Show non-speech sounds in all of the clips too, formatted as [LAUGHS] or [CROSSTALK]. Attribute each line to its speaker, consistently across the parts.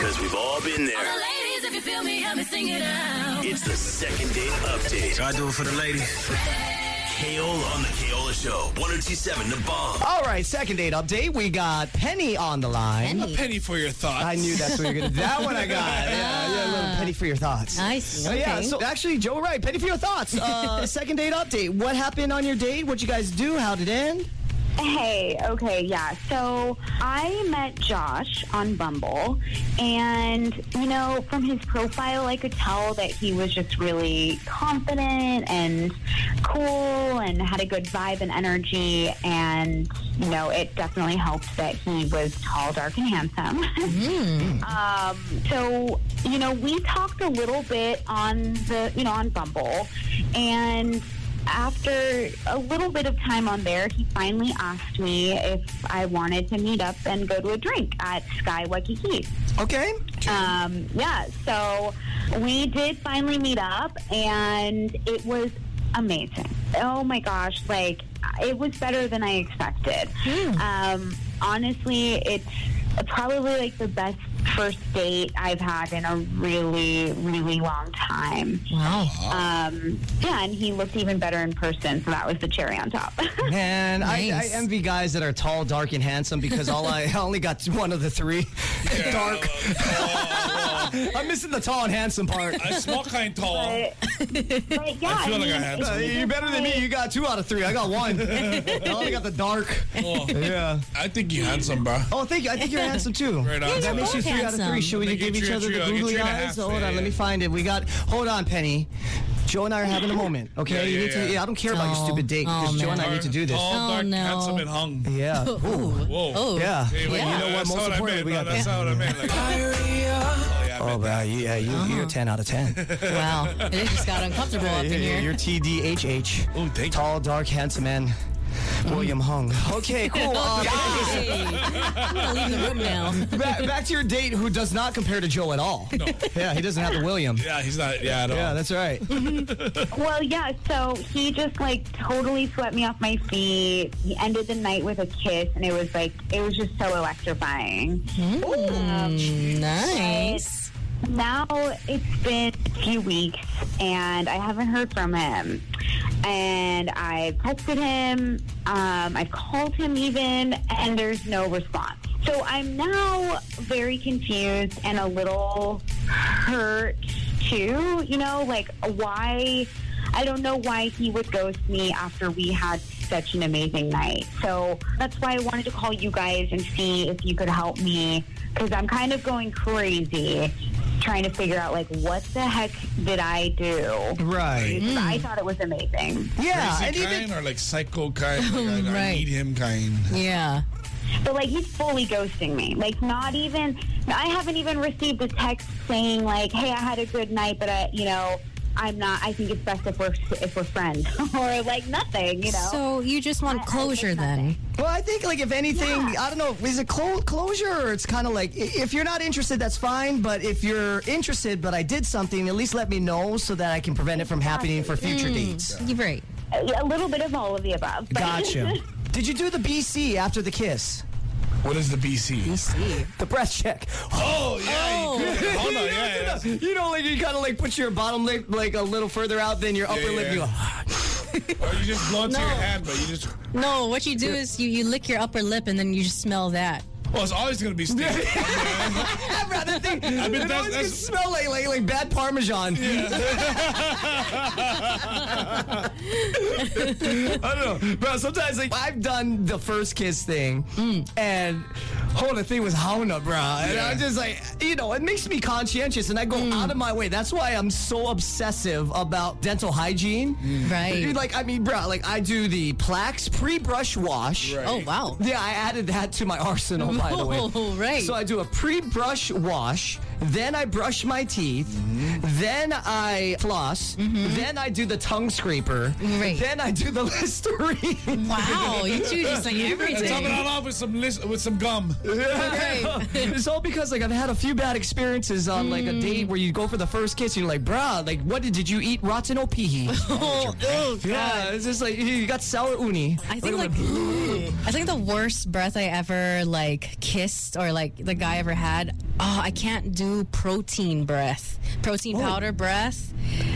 Speaker 1: We've all been there.
Speaker 2: Ladies, if you feel me, help me sing it out.
Speaker 1: It's the second date update.
Speaker 3: I do it for the ladies.
Speaker 1: Kaola on the Kaola Show. 1027 The Bomb.
Speaker 4: All right, second date update. We got Penny on the line.
Speaker 2: Penny.
Speaker 5: Penny for your thoughts.
Speaker 4: I knew that's what you're gonna. That one
Speaker 2: [LAUGHS]
Speaker 4: I got. Yeah, yeah, a little penny for your thoughts.
Speaker 2: Nice.
Speaker 4: So, yeah.
Speaker 2: Ah. Okay.
Speaker 4: So actually, Joe, right? Penny for your thoughts.
Speaker 2: [LAUGHS]
Speaker 4: Uh, second date update. What happened on your date? What you guys do? How did it end?
Speaker 6: Hey, okay, yeah. So I met Josh on Bumble, and, you know, from his profile, I could tell that he was just really confident and cool and had a good vibe and energy. And, you know, it definitely helped that he was tall, dark, and handsome. [LAUGHS] Um, so, you know, we talked a little bit on the, you know, on Bumble. And after a little bit of time on there, he finally asked me if I wanted to meet up and go to a drink at Sky Waikiki.
Speaker 4: Okay.
Speaker 6: Um, yeah, so we did finally meet up, and it was amazing. Oh my gosh, like it was better than I expected. Um, honestly, it's probably like the best first date I've had in a really, really long time.
Speaker 2: Wow.
Speaker 6: Um, yeah, and he looked even better in person, so that was the cherry on top. [LAUGHS]
Speaker 4: Man, I, I
Speaker 2: Nice.
Speaker 4: envy guys that are tall, dark, and handsome because all I, I only got one of the
Speaker 5: [LAUGHS]
Speaker 4: three. dark. I'm missing the tall and handsome part.
Speaker 5: A small kind tall.
Speaker 6: but, but yeah,
Speaker 5: I feel like I
Speaker 6: mean,
Speaker 5: had
Speaker 6: it-
Speaker 4: Uh, you're better than me. You got two out of three. I got
Speaker 5: [LAUGHS]
Speaker 4: one. I only got the dark.
Speaker 5: Oh,
Speaker 4: Yeah.
Speaker 5: I think you handsome, bro.
Speaker 4: Oh, thank you. I think you're handsome too.
Speaker 5: Right on. Yeah,
Speaker 4: That
Speaker 5: you're
Speaker 4: makes you
Speaker 2: both
Speaker 4: three out of three.
Speaker 2: handsome.
Speaker 4: Should we
Speaker 5: Make
Speaker 4: give
Speaker 5: it
Speaker 4: each
Speaker 5: three,
Speaker 4: other
Speaker 5: three,
Speaker 4: the
Speaker 5: I'll get
Speaker 4: googly
Speaker 5: three and a
Speaker 4: eyes?
Speaker 5: half.
Speaker 4: Hold
Speaker 5: Yeah,
Speaker 4: on, let me
Speaker 5: yeah.
Speaker 4: find it. We got. Hold on, Penny. Joe and I are having a moment. Okay.
Speaker 5: Yeah,
Speaker 4: you
Speaker 5: yeah,
Speaker 4: need to.
Speaker 5: yeah.
Speaker 4: Yeah, I don't care about your
Speaker 2: Oh.
Speaker 4: stupid date because
Speaker 2: Oh,
Speaker 4: Joe and I
Speaker 2: man.
Speaker 4: need to do this.
Speaker 5: Tall,
Speaker 2: Oh,
Speaker 5: dark,
Speaker 2: no.
Speaker 5: handsome, and hung.
Speaker 4: Yeah.
Speaker 5: Whoa.
Speaker 2: Oh.
Speaker 4: Yeah.
Speaker 5: Hey, wait,
Speaker 2: Yeah.
Speaker 5: you know what? Most importantly, we got
Speaker 4: that.
Speaker 5: that's how I meant. Like, oh, yeah, I
Speaker 4: Oh,
Speaker 5: meant that.
Speaker 4: wow. Yeah, you, you're a 10 out of 10.
Speaker 2: Wow. It just got uncomfortable up in
Speaker 4: Yeah,
Speaker 2: here.
Speaker 4: you're TDHH.
Speaker 5: Oh, thank you.
Speaker 4: Tall, dark, handsome man. William Hung. Okay,
Speaker 2: Oh,
Speaker 4: cool. Uh,
Speaker 2: Hey. I'm gonna leave the room now.
Speaker 4: back, back to your date who does not compare to Joe at all. No. Yeah, he doesn't have the William.
Speaker 5: Yeah, he's not. Yeah, I don't.
Speaker 4: Yeah, that's right.
Speaker 6: Well, yeah, so he just like totally swept me off my feet. He ended the night with a kiss, and it was like, it was just so electrifying.
Speaker 2: Nice.
Speaker 6: Now it's been a few weeks, and I haven't heard from him. And I've texted him, um, I've called him even, and there's no response. So I'm now very confused and a little hurt too. You know, like why? I don't know why he would ghost me after we had such an amazing night. So that's why I wanted to call you guys and see if you could help me because I'm kind of going crazy trying to figure out like what the heck did I do?
Speaker 4: Right.
Speaker 6: I thought it was amazing.
Speaker 4: Yeah, and
Speaker 5: Crazy
Speaker 4: even
Speaker 5: kind or like psycho
Speaker 2: [LAUGHS]
Speaker 5: kind, like, I, I
Speaker 2: Right.
Speaker 5: need him kind.
Speaker 2: Yeah.
Speaker 6: But like he's fully ghosting me. Like not even I haven't even received a text saying like, "Hey, I had a good night, but I, you know, I'm not. I think it's best if we're if we're friends [LAUGHS] or like nothing, you know."
Speaker 2: So you just want
Speaker 6: I- I
Speaker 2: closure
Speaker 6: think
Speaker 2: then?
Speaker 6: nothing.
Speaker 4: Well, I think like if anything, I don't know, is it clo- closure or it's kind of like i- if you're not interested, that's fine. But if you're interested, but I did something, at least let me know so that I can prevent it from happening for future dates.
Speaker 5: Mm.
Speaker 2: You're right.
Speaker 6: a little bit of all of the above. but-
Speaker 4: Gotcha.
Speaker 5: [LAUGHS]
Speaker 4: Did you do the BC after the kiss?
Speaker 5: What is the BC?
Speaker 2: See.
Speaker 4: The breath
Speaker 5: [LAUGHS]
Speaker 4: check.
Speaker 5: Oh yeah,
Speaker 2: Oh.
Speaker 5: you could- hold on, yeah, yeah.
Speaker 4: You know, like you kind of like put your bottom lip like a little further out than your upper
Speaker 5: yeah,
Speaker 4: lip.
Speaker 5: yeah.
Speaker 4: You go, "Ah,
Speaker 5: Or you just blow it to your
Speaker 2: No.
Speaker 5: hand, but you just.
Speaker 2: No, what you do is you, you lick your upper lip and then you just smell that.
Speaker 5: Well, it's always gonna be stinky.
Speaker 4: I'd rather think. I
Speaker 5: mean,
Speaker 4: mean, it
Speaker 5: that's-
Speaker 4: always can
Speaker 5: that's-
Speaker 4: smell like, like like bad Parmesan. I don't know, bro. Sometimes like Mm. I've done the first kiss thing, and whole the thing was Hauna, bro. And
Speaker 5: Yeah.
Speaker 4: I'm just like, you know, it makes me conscientious, and I go out of my way. That's why I'm so obsessive about dental hygiene.
Speaker 2: Right.
Speaker 4: Dude, like I mean, bro, like I do the plaques pre-brush wash.
Speaker 5: Right.
Speaker 2: oh wow.
Speaker 4: Yeah, I added that to my arsenal, by the way.
Speaker 2: Oh, [LAUGHS] right.
Speaker 4: So I do a pre-brush wash, then I brush my teeth, then I floss, then I do the tongue scraper,
Speaker 2: Right.
Speaker 4: then I do the [LAUGHS] Listerine.
Speaker 2: Wow, you two just [LAUGHS] like
Speaker 5: And top it
Speaker 2: everything.
Speaker 5: all off with some list, with some gum.
Speaker 2: Right.
Speaker 4: it's all because like I've had a few bad experiences on like a date where you go for the first kiss and you're like, bruh, like what did, did you eat rotten [LAUGHS] opihi?
Speaker 2: Oh, oh,
Speaker 4: [LAUGHS] yeah, it's just like you got sour uni.
Speaker 2: I think like [GASPS] I think the worst breath I ever like kissed or like the guy ever had. Oh, I can't do new protein breath, protein powder breath.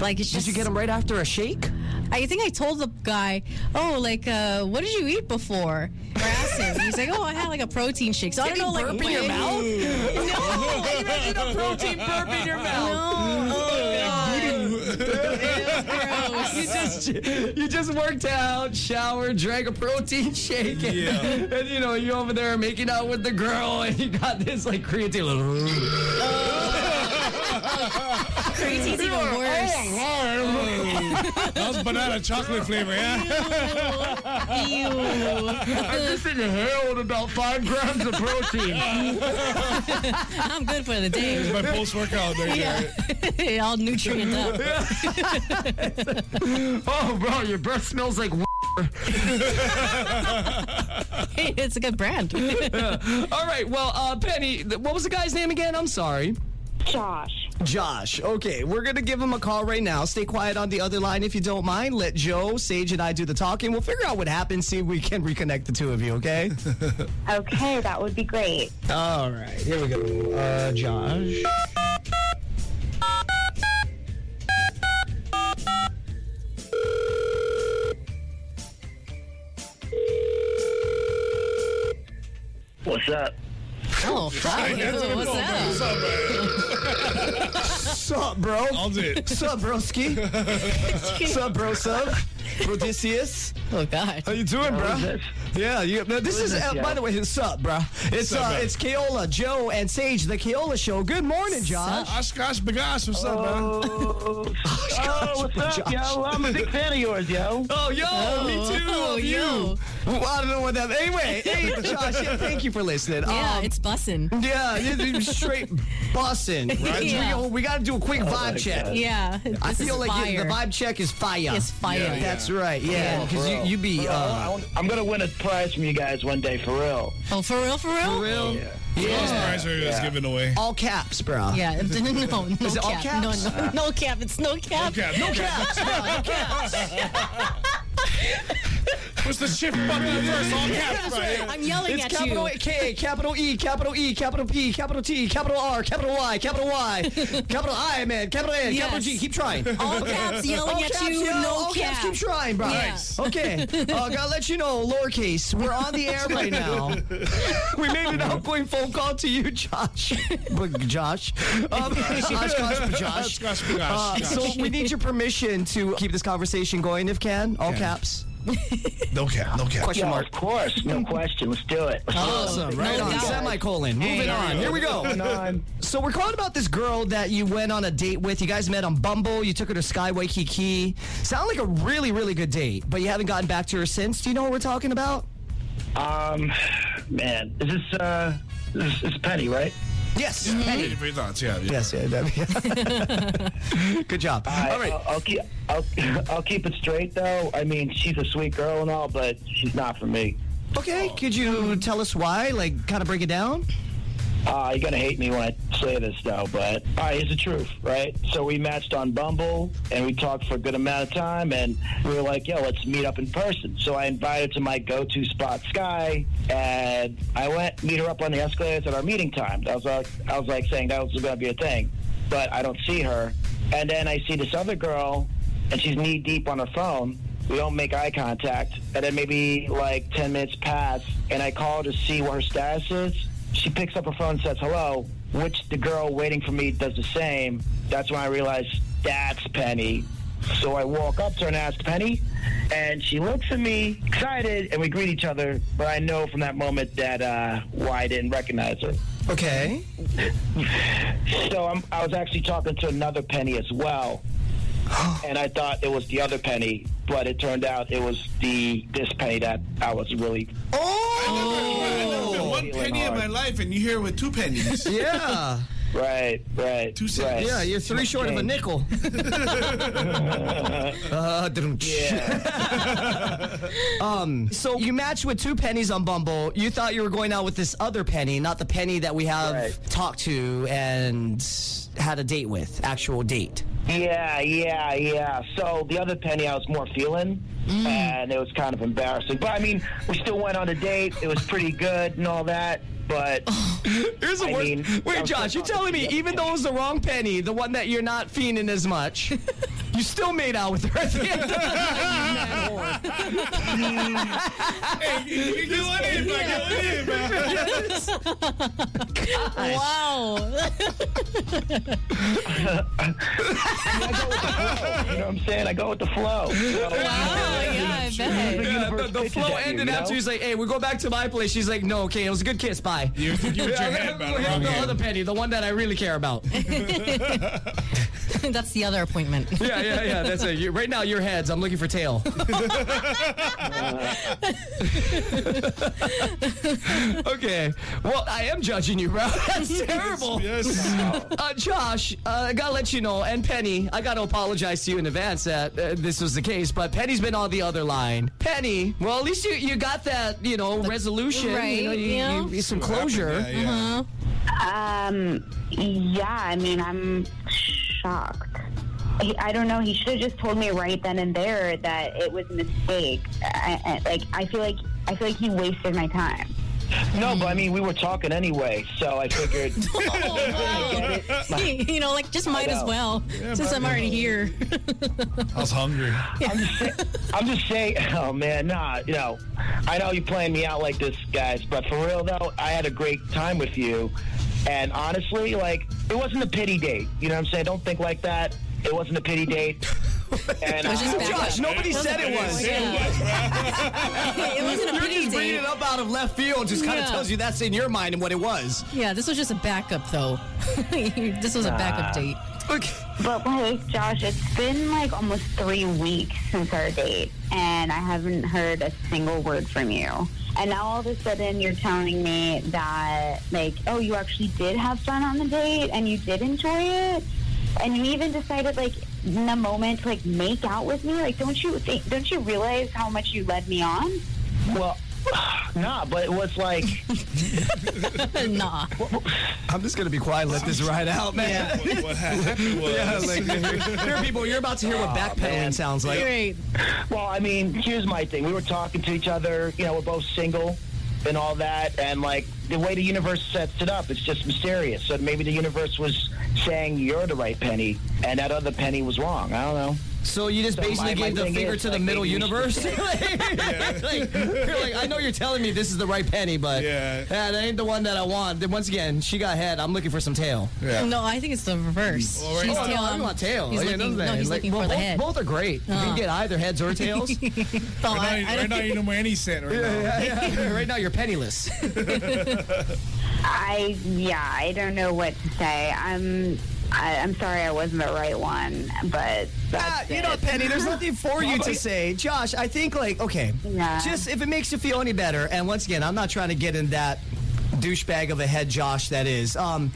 Speaker 2: Like it's
Speaker 4: Oh. Did
Speaker 2: just
Speaker 4: you get them right after a [LAUGHS] shake?
Speaker 2: I think I told the guy, oh, like, uh, what did you eat before? Or asked him. He's like, oh, I had like a protein shake. So I don't know, like,
Speaker 4: burp in your
Speaker 2: when- [LAUGHS] No,
Speaker 4: mouth? [LAUGHS] Imagine a protein burp in your mouth. Oh You just you just worked out, showered, drank a protein shake, and,
Speaker 5: Yeah.
Speaker 4: and you know you over there making out with the girl, and you got this like creatine.
Speaker 2: Creatine's even worse.
Speaker 5: that was banana chocolate flavor, yeah?
Speaker 4: [LAUGHS]
Speaker 2: Ew. [LAUGHS]
Speaker 4: inhaled about five grams of protein. [LAUGHS]
Speaker 2: I'm good for the day. [LAUGHS]
Speaker 5: My post workout there, [LAUGHS] Jared.
Speaker 2: All nutrient up. [LAUGHS]
Speaker 4: oh, bro, your breath smells like.
Speaker 2: Hey, it's a good brand. [LAUGHS]
Speaker 4: All right, well, uh, Penny, th- what was the guy's name again? I'm sorry.
Speaker 6: [LAUGHS] Josh.
Speaker 4: Josh. Okay, we're gonna give him a call right now. Stay quiet on the other line if you don't mind. Let Joe, Sage, and I do the talking. We'll figure out what happened. See if we can reconnect the two of you. [LAUGHS] Okay.
Speaker 6: Okay, that would be great.
Speaker 4: All right, here we go. Uh, Josh.
Speaker 3: What's up?
Speaker 4: [LAUGHS]
Speaker 2: Oh, fuck. What's up?
Speaker 5: What's up, man?
Speaker 4: Sup, bro?
Speaker 5: I'll do it.
Speaker 4: Sup, [LAUGHS] broski? Sup, bro, sub? Odysseus?
Speaker 2: Oh, God.
Speaker 4: How you doing, bro?
Speaker 3: this?
Speaker 4: Yeah, you, no, this is,
Speaker 3: this,
Speaker 4: uh,
Speaker 3: yo?
Speaker 4: by the way, it's up, bro. It's
Speaker 5: Sup,
Speaker 4: uh,
Speaker 5: bro?
Speaker 4: it's Keola, Joe, and Sage, the Keola Show. Good morning, Josh.
Speaker 5: Osh, gosh, bagosh, what's up, man?
Speaker 3: [LAUGHS] Oh,
Speaker 4: [LAUGHS]
Speaker 3: oh, what's up,
Speaker 4: Josh.
Speaker 3: yo? I'm a big fan of yours, yo.
Speaker 4: Oh, yo, me too.
Speaker 2: Oh,
Speaker 4: of you.
Speaker 2: yo.
Speaker 4: Well, I don't know what that. Anyway, hey, Josh, yeah, thank you for listening.
Speaker 2: Yeah,
Speaker 4: Um,
Speaker 2: it's bussin'.
Speaker 4: yeah, it- it's straight bussin', right?
Speaker 2: Yeah.
Speaker 4: We, we got to do a quick vibe check.
Speaker 2: Yeah.
Speaker 4: I
Speaker 2: this is
Speaker 4: feel like it-
Speaker 2: fire.
Speaker 4: the vibe check is fire.
Speaker 2: is fire.
Speaker 5: Yeah, yeah.
Speaker 4: That's right. Yeah,
Speaker 2: Yeah.
Speaker 4: because
Speaker 3: Bro.
Speaker 4: you you be
Speaker 3: Bro, I
Speaker 4: uh,
Speaker 3: want- I'm gonna win a prize from you guys one day, for real.
Speaker 2: Oh, for real, for real?
Speaker 4: real
Speaker 5: Those prize we was
Speaker 3: Yeah.
Speaker 5: giving away.
Speaker 4: all caps, bro.
Speaker 2: [LAUGHS] Yeah, [LAUGHS] no, no
Speaker 4: Is it all
Speaker 2: cap.
Speaker 4: caps?
Speaker 2: No, no, no cap. It's no cap.
Speaker 5: Okay, no caps.
Speaker 2: [LAUGHS]
Speaker 4: [LAUGHS]
Speaker 5: Push the shift button first, all caps, right?
Speaker 2: I'm yelling
Speaker 4: It's
Speaker 2: at
Speaker 4: capital
Speaker 2: you.
Speaker 4: K, capital E, capital E, capital P, capital T, capital R, capital Y,
Speaker 2: [LAUGHS]
Speaker 4: capital Y, capital I, man, capital N, capital
Speaker 2: Yes.
Speaker 4: G. Keep trying.
Speaker 2: All caps yelling
Speaker 4: All
Speaker 2: at
Speaker 4: Oh, caps,
Speaker 2: you.
Speaker 4: yo,
Speaker 2: No
Speaker 4: all
Speaker 2: cap.
Speaker 4: caps. Keep trying, bro.
Speaker 2: Yeah.
Speaker 5: Nice.
Speaker 4: [LAUGHS] Okay, uh, gotta let you know, lowercase. We're on the air right [LAUGHS] now. we made an outgoing phone call to you, Josh. [LAUGHS] But Josh, [LAUGHS] um, Oshkosh, but Josh.
Speaker 5: Oshkosh, bagosh,
Speaker 4: Uh,
Speaker 5: gosh.
Speaker 4: so we need your permission to keep this conversation going, if can. All
Speaker 5: Can.
Speaker 4: caps.
Speaker 5: No cap, no cap.
Speaker 4: Question
Speaker 3: Yo,
Speaker 4: mark.
Speaker 3: of course, Mm-hmm. no question. Let's do it. Let's
Speaker 4: Awesome. Right
Speaker 2: no
Speaker 4: on.
Speaker 2: doubt.
Speaker 4: Semicolon. Moving
Speaker 5: there we
Speaker 4: on.
Speaker 5: go.
Speaker 4: Here we go.
Speaker 3: do it. on.
Speaker 4: So we're calling about this girl that you went on a date with. You guys met on Bumble. You took her to Skyway Kiki. Sound like a really, really good date, but you haven't gotten back to her since. Do you know what we're talking about?
Speaker 3: Um, man, is this uh, this is Penny, right?
Speaker 4: Yes.
Speaker 5: Waiting for your thoughts, yeah. yeah.
Speaker 4: Yes. Yeah. that- [LAUGHS] good job. All right.
Speaker 3: I'll, I'll keep I'll, [LAUGHS] I'll keep it straight though. I mean, she's a sweet girl and all, but she's not for me.
Speaker 4: Okay. Could you tell us why? Like, kind of break it down.
Speaker 3: Uh, you're gonna hate me when I say this though, but all right, here's the truth, right? So we matched on Bumble and we talked for a good amount of time, and we were like, "Yo, let's meet up in person." So I invited her to my go-to spot, Sky, and I went meet her up on the escalators at our meeting time. I was like, I was like saying that was gonna be a thing, but I don't see her, and then I see this other girl, and she's knee deep on her phone. We don't make eye contact, and then maybe like ten minutes pass, and I call to see what her status is. She picks up her phone and says hello, which the girl waiting for me does the same. That's when I realize that's Penny. So I walk up to her and ask Penny, and she looks at me excited, and we greet each other. But I know from that moment that uh, why I didn't recognize her.
Speaker 4: Okay.
Speaker 3: So I'm, I was actually talking to another Penny
Speaker 4: [GASPS]
Speaker 3: as well, and I thought it was the other Penny, but it turned out it was the this Penny that I was really
Speaker 5: I never had one
Speaker 3: Feeling
Speaker 5: penny in my
Speaker 3: hard.
Speaker 5: life, and you here with two pennies.
Speaker 4: Yeah.
Speaker 3: right, right,
Speaker 5: Two cents.
Speaker 3: right.
Speaker 4: Yeah. You're three short of a nickel. uh,
Speaker 3: Yeah.
Speaker 4: So you matched with two pennies on Bumble. You thought you were going out with this other penny, not the penny that we have
Speaker 3: Right.
Speaker 4: talked to and had a date with, actual date.
Speaker 3: Yeah, yeah, yeah. So the other penny, I was more feeling,
Speaker 4: Mm.
Speaker 3: and it was kind of embarrassing. But I mean, we still went on a date. It was pretty good and all that. but
Speaker 4: [LAUGHS] Here's the
Speaker 3: I
Speaker 4: worst.
Speaker 3: mean,
Speaker 4: Wait,
Speaker 3: I'm
Speaker 4: Josh,
Speaker 3: so
Speaker 4: you're telling me
Speaker 3: sorry.
Speaker 4: even though it was the wrong penny, the one that you're not fiending as
Speaker 3: [LAUGHS]
Speaker 4: much, you still made out with her at the end of the night.
Speaker 5: Hey, you you let it in, man. You let it in, man.
Speaker 4: [LAUGHS]
Speaker 2: Wow.
Speaker 3: you know what I'm saying? I go with the
Speaker 4: [LAUGHS]
Speaker 3: flow. So,
Speaker 2: Wow. Yeah, I bet.
Speaker 4: Yeah, the, the
Speaker 3: pitches
Speaker 4: flow
Speaker 3: at you,
Speaker 4: ended
Speaker 3: you
Speaker 4: after
Speaker 3: know?
Speaker 4: he's like, "Hey, we go back to my place." She's like, "No, okay, it was a good kiss. Bye."
Speaker 5: You think you
Speaker 4: [LAUGHS]
Speaker 5: hit your head, man.
Speaker 4: We'll have the other penny, the one that I really care about.
Speaker 2: [LAUGHS] That's the other
Speaker 4: [LAUGHS]
Speaker 2: appointment.
Speaker 4: yeah, yeah, yeah. That's it. You, right now, your heads. I'm looking
Speaker 2: [LAUGHS]
Speaker 4: for tail. okay. Well, I am judging you, bro. [LAUGHS] That's terrible.
Speaker 5: Yes.
Speaker 4: Uh, Josh, uh, I gotta let you know, and Penny, I gotta apologize to you in advance that uh, this was the case, but Penny's been on the other line. Penny, well, at least you, you got that, you know, resolution,
Speaker 2: Right,
Speaker 4: you know, you,
Speaker 2: yeah.
Speaker 4: you- some closure.
Speaker 5: Yeah,
Speaker 2: Uh-huh.
Speaker 5: yeah.
Speaker 6: Um, yeah, I mean, I'm shocked. He, I don't know. He should have just told me right then and there that it was a mistake. I, I, like, I feel like I feel like he wasted my time.
Speaker 3: No,
Speaker 4: mm.
Speaker 3: but I mean, we were talking anyway, so I figured.
Speaker 2: Oh,
Speaker 4: [LAUGHS]
Speaker 2: wow. [LAUGHS] you know, like just might as
Speaker 3: know.
Speaker 2: well since I'm already here. [LAUGHS]
Speaker 5: I was hungry.
Speaker 3: I'm just saying, [LAUGHS] oh man, nah, you know, I know you're playing me out like this, guys, but for real though, I had a great time with you, and honestly, like, it wasn't a pity date. You know what I'm saying? Don't think like that. It wasn't a pity date.
Speaker 2: [LAUGHS]
Speaker 3: And
Speaker 2: It was just back
Speaker 4: Josh,
Speaker 2: up.
Speaker 4: nobody said it was.
Speaker 2: it wasn't a
Speaker 4: You're
Speaker 2: pity
Speaker 4: just bringing
Speaker 2: date.
Speaker 4: it up out of left field, just kind of
Speaker 2: Yeah.
Speaker 4: tells you that's in your mind and what it was.
Speaker 2: Yeah, this was just a backup though. [LAUGHS] this was a backup date.
Speaker 4: Okay.
Speaker 6: But like, Josh, it's been like almost three weeks since our date, and I haven't heard a single word from you. And now all of a sudden, you're telling me that like, oh, you actually did have fun on the date, and you did enjoy it, and you even decided like in the moment to like make out with me. Like, don't you think? Don't you realize how much you led me on?
Speaker 3: well, [SIGHS] nah, but it was like,
Speaker 2: [LAUGHS] nah.
Speaker 4: I'm just gonna be quiet, let this ride out, man.
Speaker 5: What, what happened was.
Speaker 4: Yeah, like, [LAUGHS] here, people, you're about to hear what backpedaling sounds like.
Speaker 2: Great.
Speaker 3: well, I mean, here's my thing. We were talking to each other. You know, we're both single and all that, and like the way the universe sets it up, it's just mysterious. So maybe the universe was saying you're the right penny, and that other penny was wrong. I don't know.
Speaker 4: So you just
Speaker 3: So
Speaker 4: basically
Speaker 3: my- my
Speaker 4: gave the
Speaker 3: thing
Speaker 4: finger
Speaker 3: is,
Speaker 4: to the
Speaker 3: like,
Speaker 4: middle
Speaker 3: maybe we should
Speaker 4: universe. [LAUGHS] like, [LAUGHS] you're like, I know you're telling me this is the right penny, but
Speaker 5: Yeah.
Speaker 4: that ain't the one that I want. Then once again, she got head. I'm looking for some tail.
Speaker 5: Yeah.
Speaker 2: No, I think it's the reverse.
Speaker 5: Well, right
Speaker 2: She's
Speaker 5: now-
Speaker 4: no,
Speaker 2: tail.
Speaker 4: Oh, I want tail.
Speaker 2: He's
Speaker 4: Like,
Speaker 2: looking,
Speaker 4: another
Speaker 2: no,
Speaker 4: thing.
Speaker 2: he's
Speaker 4: Like,
Speaker 2: looking
Speaker 4: well,
Speaker 2: for the
Speaker 4: both,
Speaker 2: head.
Speaker 4: both are great. You can get either
Speaker 2: [LAUGHS]
Speaker 4: heads or tails. yeah,
Speaker 2: Oh, I-
Speaker 5: Right
Speaker 2: I
Speaker 5: now,
Speaker 2: don't
Speaker 5: right now,
Speaker 2: think-
Speaker 5: you know where any cent right now.
Speaker 4: yeah, yeah. [LAUGHS] Right now, you're penniless.
Speaker 6: I yeah, I don't know what to say. I'm I, I'm sorry I wasn't the right one, but
Speaker 4: Ah,
Speaker 6: that's
Speaker 4: you know,
Speaker 6: it.
Speaker 4: Penny, there's nothing for you to say. Josh, I think, like, okay,
Speaker 6: Yeah.
Speaker 4: just if it makes you feel any better, and once again, I'm not trying to get in that douchebag of a head Josh that is. Um,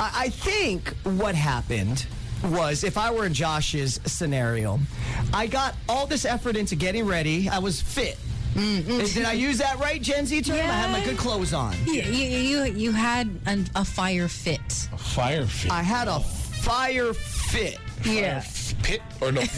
Speaker 4: I, I think what happened was if I were in Josh's scenario, I got all this effort into getting ready, I was fit.
Speaker 6: Mm-hmm.
Speaker 4: Did I use that right, Gen Z term? I had my good clothes on.
Speaker 2: You, you, you had an, a fire fit.
Speaker 5: Fire fit.
Speaker 4: I had a fire fit.
Speaker 2: Yeah.
Speaker 5: Pit or no pit?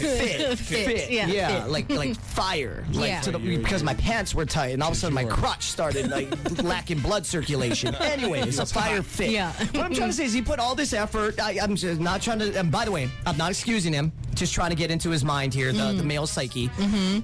Speaker 4: fit,
Speaker 2: Fit, yeah,
Speaker 4: yeah,
Speaker 2: fit.
Speaker 4: like like fire, like
Speaker 2: Yeah.
Speaker 4: to the, because my pants were tight, and all of a sudden my crotch
Speaker 2: [LAUGHS]
Speaker 4: started like lacking blood circulation. Anyway, it's a fire fit.
Speaker 2: Yeah.
Speaker 4: what I'm trying to say is he put all this effort. I, I'm just not trying to. And by the way, I'm not excusing him. Just trying to get into his mind here, the,
Speaker 2: Mm-hmm.
Speaker 4: the male psyche.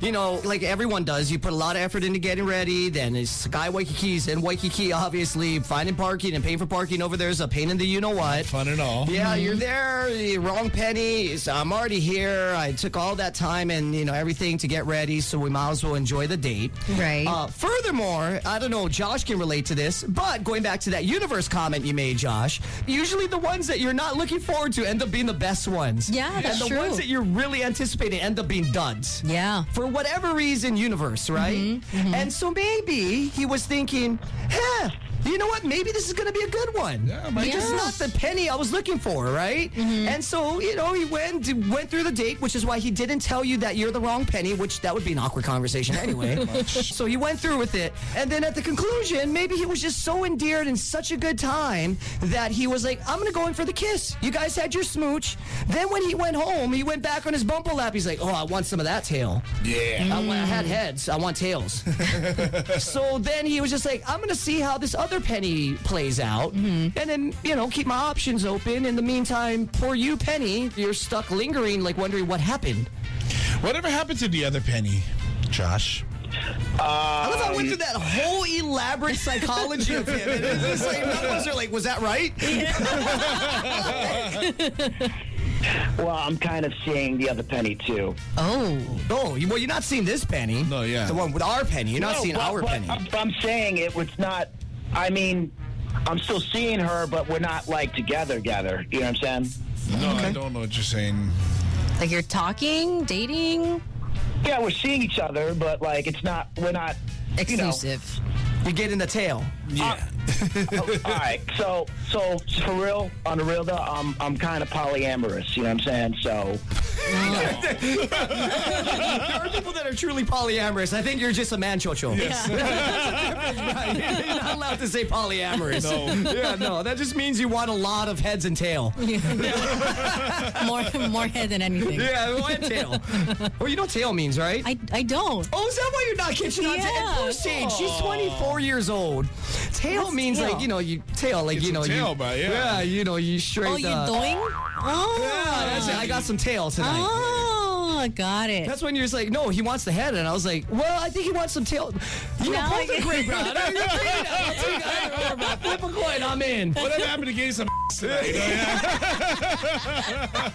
Speaker 4: You know, like everyone does, you put a lot of effort into getting ready. Then it's Sky Waikiki's in Waikiki, obviously. Finding parking and paying for parking over there is a pain in the you know what.
Speaker 5: Fun and all.
Speaker 4: Yeah, you're there. you Wrong penny. So I'm already here. I took all that time and you know everything to get ready, so we might as well enjoy the date.
Speaker 2: Right.
Speaker 4: Uh, furthermore, I don't know. Josh can relate to this, but going back to that universe comment you made, Josh. Usually, the ones that you're not looking forward to end up being the best ones.
Speaker 2: Yeah, that's
Speaker 4: And the
Speaker 2: true.
Speaker 4: ones that you're really anticipating end up being duds
Speaker 2: Yeah. Mm-hmm,
Speaker 4: for whatever reason, universe, right? And so maybe he was thinking, huh, you know what? Maybe this is going to be a good one.
Speaker 5: Yeah, it might
Speaker 4: Because
Speaker 2: be.
Speaker 4: it's not the penny I was looking for, right? And so, you know, he went went through the date, which is why he didn't tell you that you're the wrong penny, which that would be an awkward conversation anyway. so he went through with it. And then at the conclusion, maybe he was just so endeared and such a good time that he was like, I'm going to go in for the kiss. You guys had your smooch. Then when he went home, he went back on his bumble lap. He's like, oh, I want some of that tail.
Speaker 5: Yeah.
Speaker 4: I, want, I had heads. I want tails. so then he was just like, I'm going to see how this other other penny plays out, and then you know keep my options open. In the meantime, poor you, Penny, you're stuck lingering, like wondering what happened.
Speaker 5: Whatever happened to the other penny, Josh?
Speaker 4: I love how I went through that whole elaborate psychology of him, and it's just like none of us are like, was that right?
Speaker 3: Well, I'm kind of seeing the other penny too.
Speaker 2: Oh.
Speaker 4: [LAUGHS] Oh, you- well, you're not seeing this penny.
Speaker 5: No, yeah.
Speaker 4: the one with our penny. You're not seeing
Speaker 3: but-
Speaker 4: our
Speaker 3: but
Speaker 4: penny.
Speaker 3: I'm, I'm saying it was not. I mean, I'm still seeing her, but we're not like together, together. You know what I'm saying?
Speaker 5: No, I don't know what you're saying.
Speaker 2: Like you're talking, dating,
Speaker 3: Yeah, we're seeing each other, but like it's not. We're not. You know,
Speaker 2: exclusive.
Speaker 4: [LAUGHS] You're getting the tail.
Speaker 5: Yeah.
Speaker 3: all right. [LAUGHS] So, so for real, on the real though, I'm I'm kind of polyamorous. You know what I'm saying? So,
Speaker 4: There are people that are truly polyamorous. I think you're just a man, Chocho. [LAUGHS] You're not allowed to say polyamorous.
Speaker 5: No.
Speaker 4: Yeah, no, that just means you want a lot of heads and tail.
Speaker 2: more more head than anything.
Speaker 4: Yeah, why tail? well, you know what tail means, right?
Speaker 2: I, I don't.
Speaker 4: oh, is that why you're not catching on to
Speaker 2: Yeah.
Speaker 4: And poor Sage, she's 24 years old. Tail
Speaker 2: What's
Speaker 4: means like,
Speaker 2: tail?
Speaker 4: you know, you tail, like,
Speaker 5: Get
Speaker 4: you know,
Speaker 5: some
Speaker 4: you,
Speaker 5: tail, bro, yeah.
Speaker 4: you know, you straight
Speaker 2: Oh, you're
Speaker 4: uh,
Speaker 2: doing? Oh.
Speaker 4: Yeah, that's it. I got some tail tonight.
Speaker 2: Oh, got it.
Speaker 4: That's when you're just like, no, he wants the head, and I was like, well, I think he wants some tail. You know,
Speaker 2: Now I
Speaker 4: both are
Speaker 2: get-
Speaker 4: great, bro. I don't even think I'll take either or, bro. Flip a coin, I'm in.
Speaker 5: [LAUGHS] Whatever happened to getting some tonight? you know, yeah.